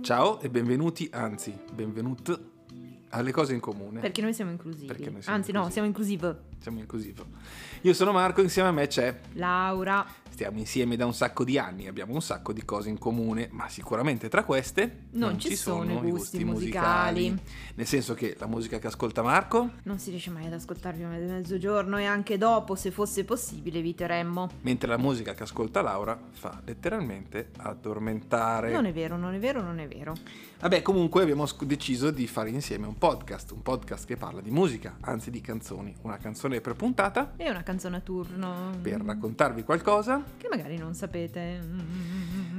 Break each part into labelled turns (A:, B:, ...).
A: Ciao e benvenuti, anzi, benvenut alle cose in comune.
B: Perché noi siamo inclusivi.
A: Eh. Perché noi siamo
B: Anzi, no,
A: inclusivi.
B: siamo inclusive.
A: Siamo inclusivo. Io sono Marco, insieme a me c'è.
B: Laura,
A: Stiamo insieme da un sacco di anni, abbiamo un sacco di cose in comune, ma sicuramente tra queste
B: Non ci sono i gusti
A: Nel senso che la musica che ascolta Marco,
B: non si riesce mai ad ascoltarvi prima del mezzogiorno e anche dopo, se fosse possibile, eviteremmo.
A: mentre la musica che ascolta Laura fa letteralmente addormentare.
B: Non è vero, non è vero, non è vero.
A: Vabbè, comunque abbiamo sc- deciso di fare insieme un podcast, un podcast che parla di musica, anzi di canzoni, una canzone per puntata
B: È una canzone a turno.
A: per raccontarvi qualcosa.
B: Che magari non sapete.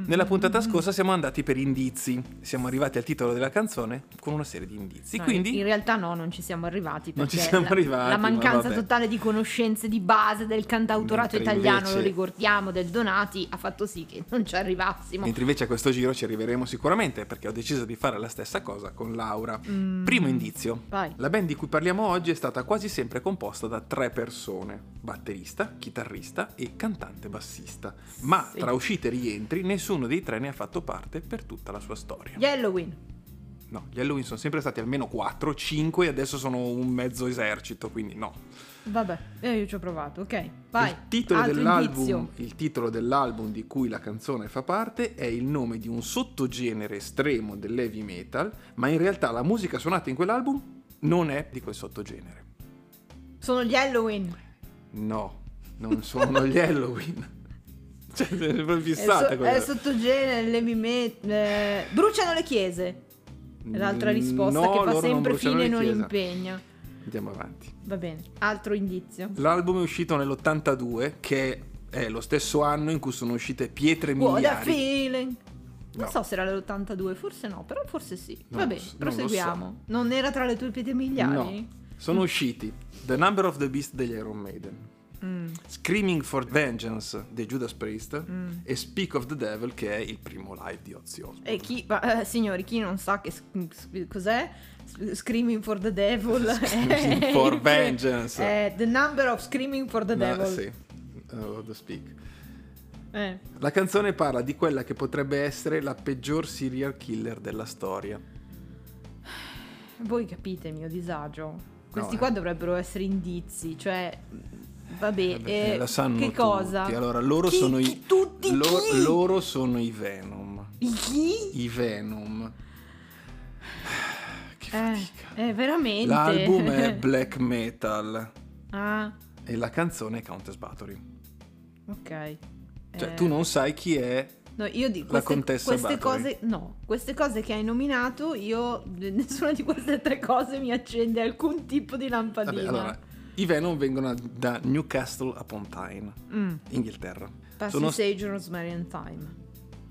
A: Nella
B: Mm.
A: puntata scorsa siamo andati per indizi, siamo arrivati al titolo della canzone con una serie di indizi,
B: No,
A: quindi
B: In realtà no, non ci siamo arrivati.
A: Non ci
B: perché
A: siamo
B: la-
A: arrivati,
B: La
A: ma
B: mancanza
A: vabbè.
B: totale di conoscenze di base del cantautorato
A: Mentre
B: italiano,
A: invece-
B: lo ricordiamo, del Donati, ha fatto sì che non ci arrivassimo.
A: Mentre invece a questo giro ci arriveremo sicuramente perché ho deciso di fare la stessa cosa con Laura.
B: Mm.
A: Primo indizio.
B: Vai.
A: La band di cui parliamo oggi è stata quasi sempre composta da tre persone, batterista, chitarrista e cantante bassista, ma
B: Sì.
A: tra uscite e rientri nessuno dei tre ne ha fatto parte per tutta la sua storia.
B: Gli Halloween.
A: No, gli Halloween sono sempre stati almeno 4, 5 e adesso sono un mezzo esercito, quindi no.
B: Vabbè, eh, io ci ho provato, ok. Vai.
A: Il titolo,
B: Altro
A: dell'album,
B: indizio.
A: il titolo dell'album di cui la canzone fa parte è il nome di un sottogenere estremo dell'heavy metal, ma in realtà la musica suonata in quell'album non è di quel sottogenere.
B: Sono gli Halloween.
A: No, non sono gli Halloween. Cioè, si è proprio
B: È, so-
A: fissata quella.
B: è sottogenere, le mime- eh, bruciano le chiese. È l'altra risposta
A: No,
B: che fa
A: loro non
B: sempre
A: bruciano
B: fine e
A: le
B: non
A: chiese.
B: impegna.
A: Andiamo avanti.
B: Va bene, altro indizio.
A: L'album è uscito nell'82, che è lo stesso anno in cui sono uscite pietre
B: What a
A: miliari.
B: feeling. Non
A: No.
B: so se era l'82, forse no, però forse sì.
A: Non
B: Va
A: lo
B: bene,
A: so- non lo
B: proseguiamo. Non, era tra le tue pietre miliari?
A: No. Sono usciti The Number of the Beast degli Iron Maiden.
B: Mm,
A: Screaming for Vengeance dei Judas Priest
B: mm.
A: e Speak of the Devil che è il primo live di Ozzy Osbourne.
B: E chi, ma, eh, signori, chi non sa che s- s- cos'è? S- Screaming for the Devil.
A: Screaming for Vengeance.
B: Eh, the number of Screaming for the
A: No,
B: Devil.
A: sì, Oh, the Speak.
B: Eh,
A: La canzone parla di quella che potrebbe essere la peggior serial killer della storia.
B: voi capite il mio disagio. Questi
A: eh.
B: qua dovrebbero essere indizi, cioè... Vabbè,
A: Vabbè,
B: eh,
A: eh, lo sanno
B: che
A: tutti.
B: cosa?
A: Allora, loro
B: Chi-
A: sono i
B: chi- tutti
A: lo-
B: chi?
A: loro sono i Venom.
B: I chi?
A: I Venom. Che
B: Eh,
A: fatica.
B: eh, veramente.
A: L'album è black metal
B: ah,
A: e la canzone è Countess Battery.
B: ok.
A: Cioè,
B: Eh,
A: tu non sai chi è
B: no, io di
A: la
B: queste,
A: contessa
B: queste
A: Bathory.
B: cose, no, queste cose che hai nominato, io nessuna di queste tre cose mi accende alcun tipo di lampadina.
A: Vabbè, allora, i Venom vengono da Newcastle upon Tyne,
B: Mm,
A: Inghilterra.
B: Passi
A: Sono-
B: Sage Rosemary and Time.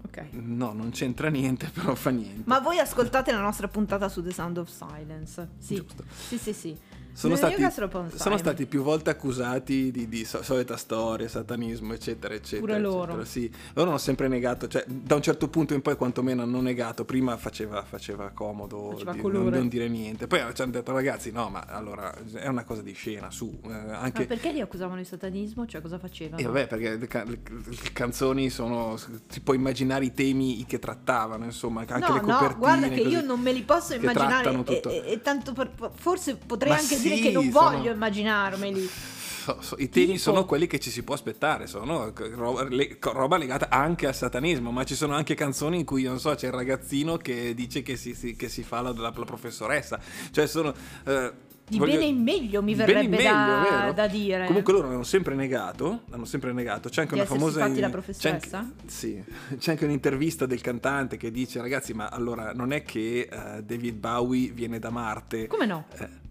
B: Ok.
A: No, non c'entra niente, però fa niente.
B: Ma voi ascoltate la nostra puntata su The Sound of Silence. Sì.
A: Giusto.
B: Sì, sì, sì.
A: Sono
B: Nel
A: stati,
B: mio caso lo può
A: sono
B: fare.
A: stati più volte accusati di, di so- solita storia, satanismo, eccetera, eccetera.
B: Pure loro.
A: eccetera. Sì, loro hanno sempre negato, cioè da un certo punto in poi quantomeno hanno negato. Prima faceva, faceva comodo
B: Faceva
A: di- non,
B: colore.
A: non dire niente. Poi ci hanno detto ragazzi, no, ma allora è una cosa di scena, su. eh,
B: Ma
A: anche,
B: perché li accusavano di satanismo? Cioè, cosa facevano?
A: E Eh, vabbè, perché le, ca- le- le canzoni sono. Si può immaginare i temi che trattavano, insomma, anche
B: no,
A: le copertine.
B: no, guarda che
A: così.
B: io non me li posso
A: che
B: immaginare
A: trattano
B: e,
A: tutto.
B: e- e tanto per- forse potrei
A: Ma
B: anche
A: sì,
B: dire che non
A: sono-
B: voglio immaginarmeli.
A: So- so- I temi
B: Tipo?
A: sono quelli che ci si può aspettare, sono c- roba, le- co- roba legata anche al satanismo, ma ci sono anche canzoni in cui, non so, c'è il ragazzino che dice che si, si- che si fa la, la- la professoressa. Cioè, sono. eh,
B: Di
A: voglio-
B: bene in meglio mi
A: di bene in
B: verrebbe
A: meglio,
B: da,
A: vero?
B: da dire.
A: Comunque loro hanno sempre negato, hanno sempre negato. C'è anche
B: Di
A: una
B: essersi
A: famosa
B: fatti la
A: c'è
B: professoressa?
A: anche- sì, c'è anche un'intervista del cantante che dice "Ragazzi, ma allora non è che eh, David Bowie viene da Marte?"
B: Come no?
A: Eh,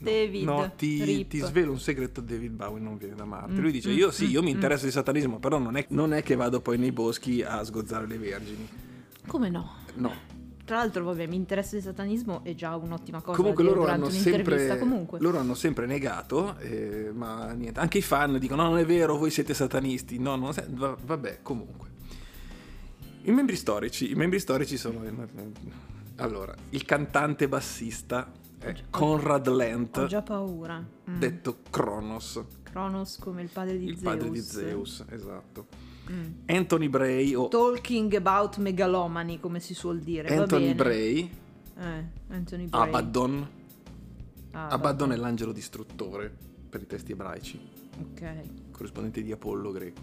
B: David,
A: No, ti,
B: rip.
A: ti svelo un segreto, David Bowie non viene da Marte.
B: Mm,
A: Lui dice,
B: mm,
A: io sì,
B: mm,
A: io mi
B: mm.
A: interesso di satanismo, però non è, non è che vado poi nei boschi a sgozzare le vergini.
B: Come no?
A: No.
B: Tra l'altro, vabbè, mi interessa di satanismo è già un'ottima cosa.
A: Comunque
B: da
A: loro
B: dire
A: hanno,
B: durante un'intervista.
A: sempre,
B: Comunque.
A: loro hanno sempre negato, eh, ma niente. Anche i fan dicono, no, non è vero, voi siete satanisti. No, non se- va- vabbè, comunque. I membri storici, i membri storici sono... eh, Allora, il cantante bassista è
B: Ho-
A: Conrad Lent,
B: Ho già paura. Mm.
A: detto Kronos.
B: Cronos come il padre di
A: il
B: Zeus.
A: padre di Zeus, esatto.
B: Mm.
A: Anthony Bray o
B: Talking about megalomani, come si suol dire. va
A: Anthony
B: bene.
A: Bray,
B: Eh, Anthony Bray.
A: Abaddon.
B: Ah,
A: Abaddon è l'angelo distruttore per i testi ebraici,
B: Ok.
A: corrispondente di Apollo greco.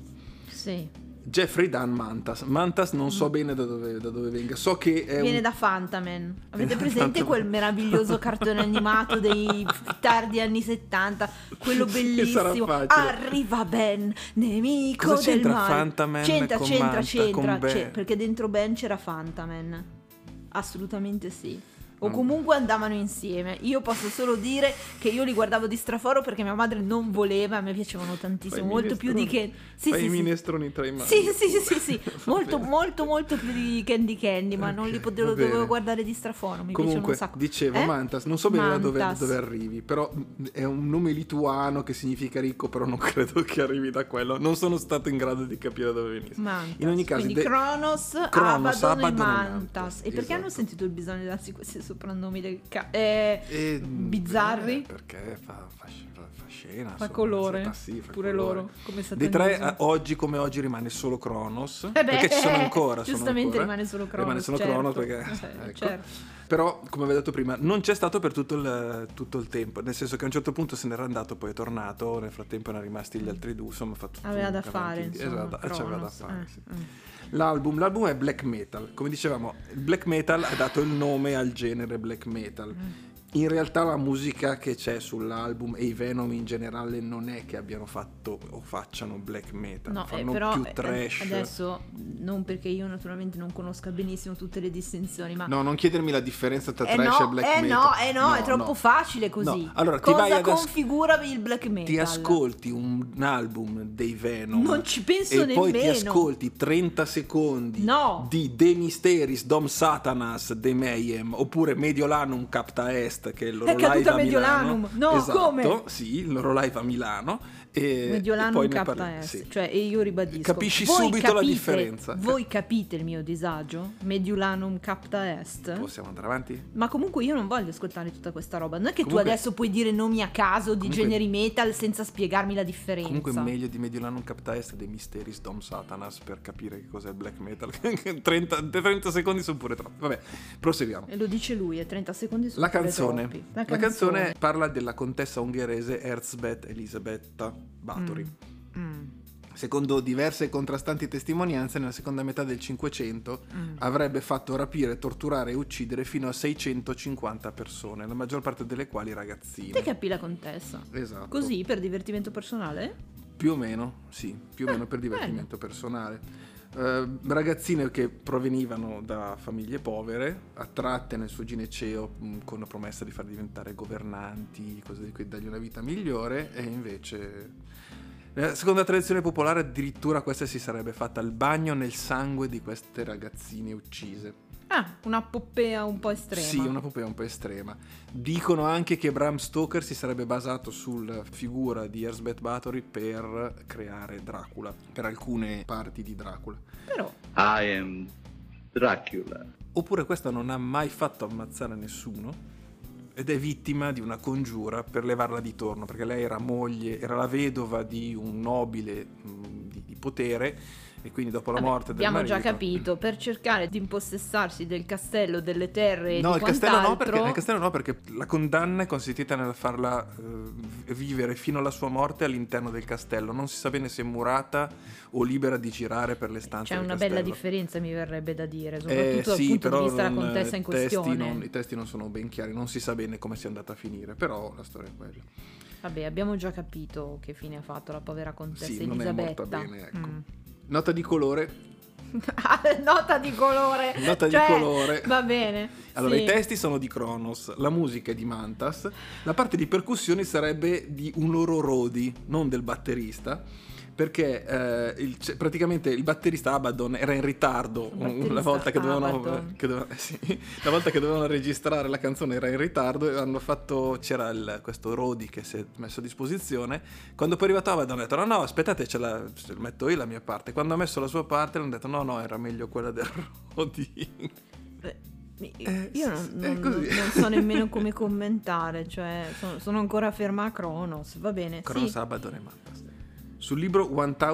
B: Sì.
A: Jeffrey Dan Mantas. Mantas non so bene da dove, da dove venga, so che è
B: Mm. Viene
A: un... Esatto.
B: da Fantaman. Avete
A: da
B: presente
A: Fantaman.
B: quel meraviglioso cartone animato dei tardi anni 70? Quello bellissimo.
A: sarà facile.
B: Arriva Ben, nemico
A: Cosa
B: del
A: c'entra
B: male.
A: Fantaman
B: c'entra,
A: con
B: c'entra,
A: Manta,
B: c'entra,
A: con Ben?
B: c'è- perché dentro Ben c'era Fantaman. Assolutamente sì. O
A: Mm.
B: comunque andavano insieme. Io posso solo dire che io li guardavo di straforo perché mia madre non voleva, a me piacevano tantissimo,
A: Fai i
B: molto più di che.
A: minestroni.
B: Sì,
A: Fai
B: sì,
A: i
B: sì.
A: minestroni tra i mani.
B: Sì, sì, sì, sì, sì. molto,
A: bene.
B: molto, molto più di Candy Candy, ma non li
A: Ok,
B: potevo,
A: va bene.
B: dovevo guardare di straforo, mi piacciono
A: Comunque,
B: un sacco.
A: dicevo,
B: Eh?
A: Mantas, non so bene da dove, da
B: Mantas.
A: dove arrivi, però mh, è un nome lituano che significa ricco, però non credo che arrivi da quello. Non sono stato in grado di capire da dove venisse.
B: Mantas.
A: In ogni caso,
B: quindi
A: de-
B: Cronos,
A: Cronos,
B: Abaddon, e
A: Abaddon e
B: Mantas.
A: Mantas,
B: E perché
A: esatto.
B: hanno sentito il bisogno di darsi questi soprannomi del ca- eh,
A: E-
B: bizzarri?
A: eh, perché fa, fa sc- fa- fa scena.
B: Fa
A: insomma,
B: colore,
A: fa- sì, fa
B: pure
A: colore.
B: loro, come
A: Dei tre,
B: satanismo.
A: eh, oggi come oggi, rimane solo Cronos.
B: Eh beh,
A: perché ci sono ancora. sono
B: Giustamente
A: ancora.
B: rimane solo Cronos.
A: Rimane solo
B: certo.
A: Cronos perché...
B: Eh,
A: ecco.
B: certo.
A: Però, come avevo detto prima, non c'è stato per tutto il, tutto il tempo, nel senso che a un certo punto se n'era andato, poi è tornato, nel frattempo erano rimasti gli altri due, insomma, ha fatto tutto
B: Aveva
A: un
B: da
A: avanti e
B: fare,
A: indietro.
B: insomma,
A: Esatto, eh, c'aveva da
B: Cronos,
A: fare,
B: eh,
A: sì.
B: eh.
A: L'album, l'album è black metal, come dicevamo, il black metal ha dato il nome al genere black metal.
B: eh.
A: In realtà la musica che c'è sull'album e i Venom in generale non è che abbiano fatto o facciano black metal,
B: No, eh,
A: fanno
B: però
A: più
B: eh,
A: trash.
B: adesso non perché io naturalmente non conosca benissimo tutte le distinzioni, ma
A: No, non chiedermi la differenza tra
B: Eh
A: trash
B: no,
A: e black
B: eh
A: metal.
B: no, eh no, è troppo facile così.
A: No. Allora, ti
B: Cosa
A: vai ad as-
B: configura il black metal?
A: Ti ascolti un album dei Venom.
B: Non ci penso
A: e
B: nemmeno.
A: poi ti ascolti 30 secondi
B: No.
A: di De Misteris, Dom Satanas, De Mayhem, oppure Mediolanum Capta Est, che è il loro
B: È caduta
A: live a
B: Mediolanum.
A: Milano.
B: No,
A: esatto,
B: come?
A: Sì, il loro live a Milano. E, e
B: Mediolanum
A: poi ne
B: KS,
A: parliamo, sì.
B: cioè e io ribadisco.
A: Capisci
B: voi
A: subito la
B: capite-
A: differenza.
B: Voi capite il mio disagio? Mediolanum capta est.
A: Possiamo andare avanti?
B: Ma comunque io non voglio ascoltare tutta questa roba. Non è che tu
A: Comunque-
B: adesso puoi dire nomi a caso di
A: Comunque-
B: generi metal senza spiegarmi la differenza.
A: Comunque meglio di Mediolanum Capta Est dei Misteris Dom Satanas per capire che cos'è il black metal. 30, 30 secondi sono pure troppi. Vabbè, proseguiamo.
B: E lo dice lui, e 30 secondi sono
A: La
B: pure
A: canzone.
B: troppi.
A: La canzone parla della contessa ungherese Erzbeth Elisabetta Bathory.
B: Mm,
A: Secondo diverse e contrastanti testimonianze, nella seconda metà del Cinquecento
B: mm.
A: avrebbe fatto rapire, torturare e uccidere fino a 650 persone, la maggior parte delle quali
B: Te
A: ragazzine.
B: capì la contessa?
A: Esatto.
B: Così per divertimento personale?
A: Più o meno, sì, più o meno per divertimento personale. Eh, ragazzine che provenivano da famiglie povere, attratte nel suo gineceo mh, con la promessa di far diventare governanti, cose di cui dargli una vita migliore, e invece... Nella seconda tradizione popolare addirittura questa si sarebbe fatta il bagno nel sangue di queste ragazzine uccise.
B: Ah, una poppea un po' estrema.
A: Sì, una popea un po' estrema. Dicono anche che Bram Stoker si sarebbe basato sulla figura di Erzbeth Bathory per creare Dracula, per alcune parti di Dracula.
B: Però,
C: I am Dracula.
A: Oppure questa non ha mai fatto ammazzare nessuno ed è vittima di una congiura per levarla di torno, perché lei era moglie, era la vedova di un nobile mh, di, di potere e quindi dopo la
B: vabbè,
A: morte del
B: abbiamo già
A: marito-
B: capito, per cercare di impossessarsi del castello, delle terre e
A: No,
B: di
A: il castello, no perché,
B: quant'altro-
A: il castello no, perché la condanna è consistita nel farla eh, v- vivere fino alla sua morte all'interno del castello. Non si sa bene se murata o libera di girare per le stanze.
B: C'è
A: del
B: una
A: castello.
B: bella differenza, mi verrebbe da dire,
A: Eh,
B: soprattutto
A: sì,
B: dal punto
A: però
B: di vista della
A: non-
B: contessa in
A: testi
B: questione.
A: non- I testi non sono ben chiari, non si sa bene come sia andata a finire, però la storia è quella.
B: Vabbè, abbiamo già capito che fine ha fatto la povera contessa
A: Sì, non è
B: Elisabetta.
A: morta bene, ecco.
B: Mm.
A: Nota di colore.
B: Nota di colore.
A: Nota di
B: Cioè,
A: colore.
B: Va bene.
A: Allora,
B: sì.
A: i testi sono di Cronos, la musica è di Mantas, la parte di percussioni sarebbe di un loro Rodi, non del batterista, perché eh, il- c- praticamente il batterista Abaddon era in ritardo
B: Il
A: un-
B: batterista
A: la volta che dovevano,
B: Abaddon.
A: che doveva- sì, la volta che dovevano registrare la canzone era in ritardo e hanno fatto, c'era il- questo Rodi che si è messo a disposizione, quando poi è arrivato Abaddon ha detto no no aspettate ce la ce la metto io la mia parte, quando ha messo la sua parte hanno detto no no era meglio quella del Rodi.
B: Eh,
A: Eh,
B: Io
A: sì,
B: non,
A: sì,
B: non-
A: è così.
B: non so nemmeno come commentare, cioè sono, sono ancora ferma a Cronos, va bene.
A: Cronos
B: sì.
A: Abaddon e Mantas. Sul libro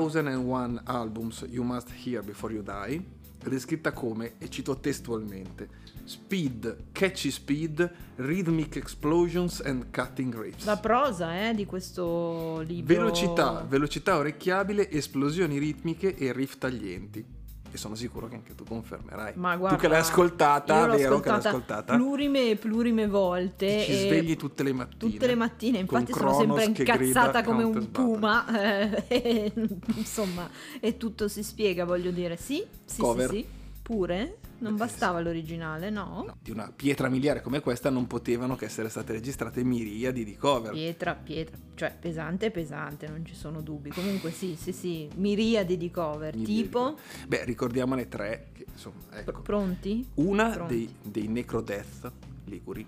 A: 1001 Albums You Must Hear Before You Die è descritta come, e cito testualmente, speed, catchy speed, rhythmic explosions and cutting riffs.
B: La prosa eh, di questo libro.
A: Velocità, velocità orecchiabile, esplosioni ritmiche e riff taglienti. E sono sicuro che anche tu confermerai.
B: Ma guarda,
A: tu che l'hai ascoltata,
B: io l'ho
A: vero che l'hai
B: ascoltata
A: ascoltata.
B: Plurime e plurime volte.
A: Ti ci
B: e
A: svegli tutte le mattine.
B: Tutte le mattine,
A: con
B: infatti sono
A: Cronos
B: sempre
A: che grida
B: incazzata come
A: Countess
B: un
A: Barbara.
B: puma. eh, insomma, e tutto si spiega, voglio dire. Sì, sì,
A: Cover.
B: sì, sì. Pure? Non
A: Eh,
B: bastava l'originale, no?
A: No, di una pietra miliare come questa non potevano che essere state registrate miriadi di cover.
B: Pietra, pietra, cioè pesante, pesante, non ci sono dubbi. Comunque sì, sì, sì, miriadi di cover,
A: Miriadi.
B: tipo...
A: Beh, ricordiamone tre, che, insomma,
B: Pr-
A: ecco.
B: pronti?
A: Una
B: Pronti.
A: dei, dei Necrodeath liguri,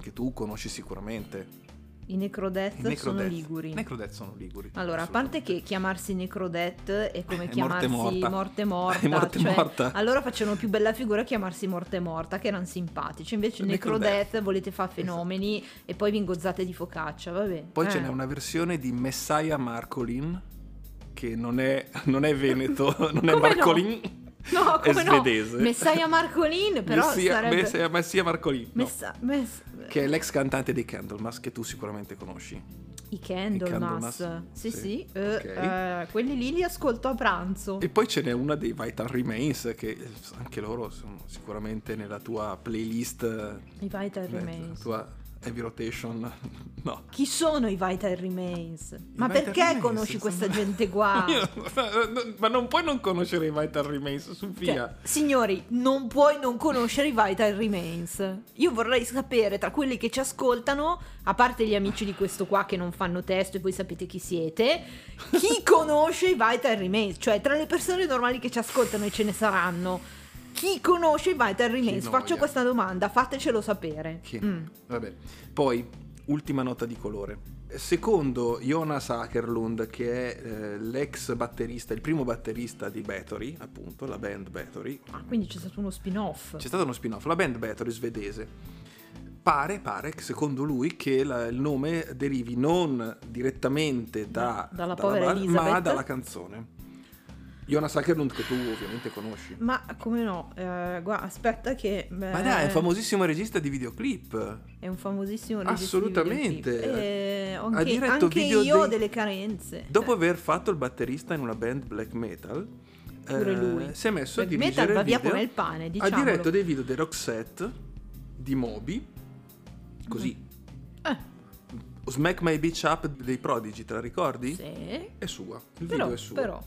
A: che tu conosci sicuramente.
B: I Necrodeath,
A: I
B: sono
A: Necrodeath.
B: liguri.
A: Necrodeath sono liguri.
B: allora, a parte
A: assolutamente. Eh,
B: che chiamarsi Necrodeath è come
A: È
B: chiamarsi
A: morte morta.
B: morte morta,
A: È morte
B: cioè,
A: morta.
B: allora facevano più bella figura chiamarsi morte morta, che erano simpatici. Invece
A: Necrodeath. Esatto.
B: Necrodeath volete fare fenomeni e poi vi ingozzate di focaccia, vabbè.
A: Poi
B: Eh.
A: ce n'è una versione di Messiah Marcolin, che non è, non è veneto, non è
B: Come no?
A: Marcolin,
B: No,
A: è
B: come no?
A: svedese.
B: Messiah Marcolin, però
A: Messia,
B: sarebbe
A: Messia- Messia Marcolin, no.
B: Messa- mess-
A: che è l'ex cantante dei Candlemas, che tu sicuramente conosci.
B: I Candlemas.
A: I Candlemas,
B: Sì,
A: sì.
B: sì, eh,
A: Ok.
B: eh, quelli lì li ascolto a pranzo.
A: E poi ce n'è una dei Vital Remains, che eh, anche loro sono sicuramente nella tua playlist, eh,
B: I Vital
A: nella
B: Remains.
A: tua heavy rotation. No.
B: Chi sono i Vital Remains? Ma
A: Vital
B: perché
A: Remains,
B: conosci
A: insomma.
B: questa gente qua?
A: Io- ma non puoi non conoscere i Vital Remains,
B: Cioè,
A: Sofia.
B: signori, non puoi non conoscere i Vital Remains. Io vorrei sapere tra quelli che ci ascoltano, a parte gli amici di questo qua che non fanno testo e voi sapete chi siete, chi conosce i Vital Remains? Cioè, tra le persone normali che ci ascoltano e ce ne saranno, chi conosce i Vital Remains?
A: noia.
B: Faccio questa domanda, fatecelo sapere.
A: Che-
B: Mm.
A: Vabbè. Poi, ultima nota di colore. Secondo Jonas Akerlund, che è eh, l'ex batterista, il primo batterista di Bathory, appunto, la band Bathory,
B: Ah, quindi c'è stato uno spin-off.
A: c'è stato uno spin-off, la band Bathory svedese. Pare, pare, che secondo lui, che la- il nome derivi non direttamente da,
B: Da- dalla povera
A: ma
B: Elizabeth.
A: dalla canzone. Jonas Akerlund, che tu ovviamente conosci.
B: Ma come no? Eh, guarda, aspetta che... eh,
A: Ma dai, è un famosissimo regista di videoclip.
B: È un famosissimo regista.
A: Assolutamente.
B: di videoclip. Eh,
A: Ha
B: anche
A: diretto
B: anche
A: video
B: io ho
A: dei-
B: delle carenze.
A: Dopo
B: Cioè,
A: aver fatto il batterista in una band black metal, eh,
B: Pure lui.
A: si è messo a
B: Black
A: dirigere
B: metal va
A: il
B: via
A: video.
B: come il pane,
A: Ha
B: diciamolo.
A: diretto dei video dei Roxette, di Moby, così.
B: Eh.
A: Smack My Bitch Up dei Prodigy, te la ricordi?
B: sì.
A: È sua, Eh, il
B: Però,
A: video è suo.
B: però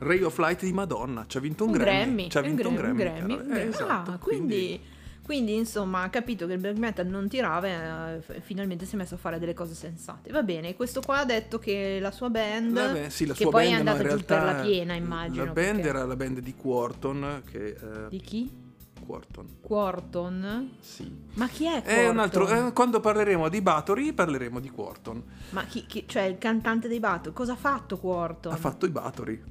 A: Ray of Light di Madonna, ci ha vinto un,
B: un Grammy,
A: Ci ha
B: un
A: vinto un
B: Grammy,
A: Grammy.
B: un Grammy,
A: cavolo.
B: un
A: Eh,
B: Grammy.
A: esatto,
B: Ah, quindi, quindi, insomma ha capito che il black metal non tirava e eh, finalmente si è messo a fare delle cose sensate. Va bene, questo qua ha detto che la sua band
A: Vabbè, sì, la
B: che
A: sua
B: poi
A: band,
B: è
A: no,
B: andata
A: in
B: giù per
A: realtà
B: la piena, immagino.
A: La band
B: perché-
A: era la band di Quarton, che... eh,
B: di chi?
A: Quarton,
B: Quarton?
A: sì.
B: Ma chi è Quarton?
A: È un altro, eh, quando parleremo di Bathory parleremo di Quarton.
B: Ma chi, chi- cioè il cantante dei Bato, cosa ha fatto Quarton?
A: Ha fatto i Bathory.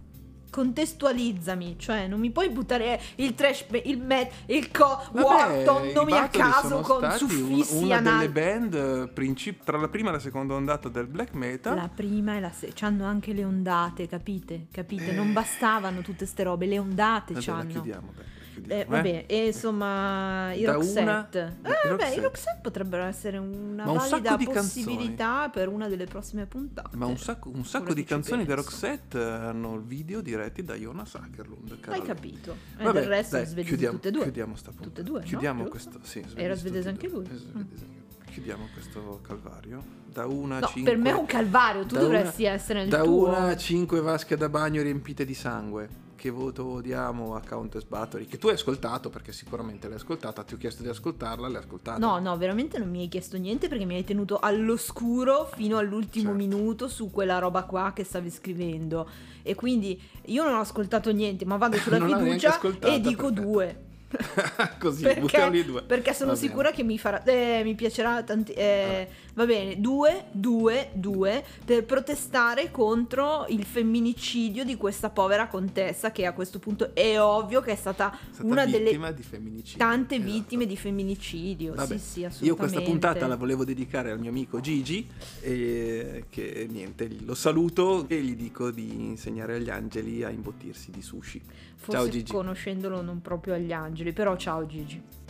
B: Contestualizzami, cioè non mi puoi buttare il trash, il met, il co,
A: Vabbè,
B: Quarton,
A: i
B: nomi a
A: Bathory
B: caso
A: sono
B: con
A: stati un-
B: suffissi
A: una delle
B: anal-
A: band eh, princip- tra la prima e la seconda ondata del black metal. Eh,
B: La prima e la se- c'hanno anche le ondate, capite? Capite? Non bastavano tutte ste robe, le ondate
A: Vabbè, la
B: c'hanno.
A: chiudiamo, beh, la chiudiamo,
B: Eh, vabbè,
A: eh.
B: e insomma i
A: Da
B: Roxette.
A: una-
B: Eh,
A: i
B: vabbè,
A: Roxette.
B: i Roxette potrebbero essere una
A: Ma un sacco
B: valida
A: di
B: possibilità per una delle prossime puntate.
A: Ma un sacco, un sacco
B: Ora
A: di
B: eh, che ci
A: canzoni dei
B: penso.
A: Roxette eh, hanno video diretti da Jonas Akerlund. cara
B: Hai
A: lei.
B: capito. E
A: Vabbè,
B: Eh, del resto
A: dai,
B: svedesi
A: chiudiamo,
B: tutte e due.
A: Chiudiamo sta puntata.
B: Tutte e due, no?
A: Chiudiamo
B: Giusto?
A: questo. Sì,
B: Era
A: tutte
B: svedese
A: e
B: anche
A: due.
B: lui? Mm.
A: Eh, svedese anche lui. Chiudiamo questo calvario. Da una a
B: No,
A: cinque-
B: per me è un calvario, tu
A: da
B: dovresti
A: una-
B: essere nel
A: Da
B: tuo.
A: una a 5 vasche da bagno riempite di sangue. Che voto diamo a Countess Battery? Che tu hai ascoltato perché sicuramente l'hai ascoltata. Ti ho chiesto di ascoltarla, l'hai ascoltata.
B: No, no, veramente non mi hai chiesto niente perché mi hai tenuto all'oscuro fino all'ultimo
A: Certo.
B: minuto su quella roba qua che stavi scrivendo. E quindi io non ho ascoltato niente, ma vado sulla
A: Non l'ho neanche
B: fiducia
A: ascoltata,
B: e dico
A: perfetto.
B: due.
A: Così, buttiamo lì
B: perché,
A: due.
B: perché sono
A: Va bene.
B: sicura che mi farà eh, mi piacerà tanti eh, va bene due due due per protestare contro il femminicidio di questa povera contessa che a questo punto è ovvio che è stata,
A: È stata
B: una delle
A: vittima di femminicidio.
B: tante
A: Esatto.
B: vittime di femminicidio
A: Vabbè,
B: sì sì assolutamente
A: Io questa puntata la volevo dedicare al mio amico Gigi e che niente, lo saluto e gli dico di insegnare agli angeli a imbottirsi di sushi.
B: forse
A: Ciao, Gigi.
B: conoscendolo non proprio agli angeli però ciao Gigi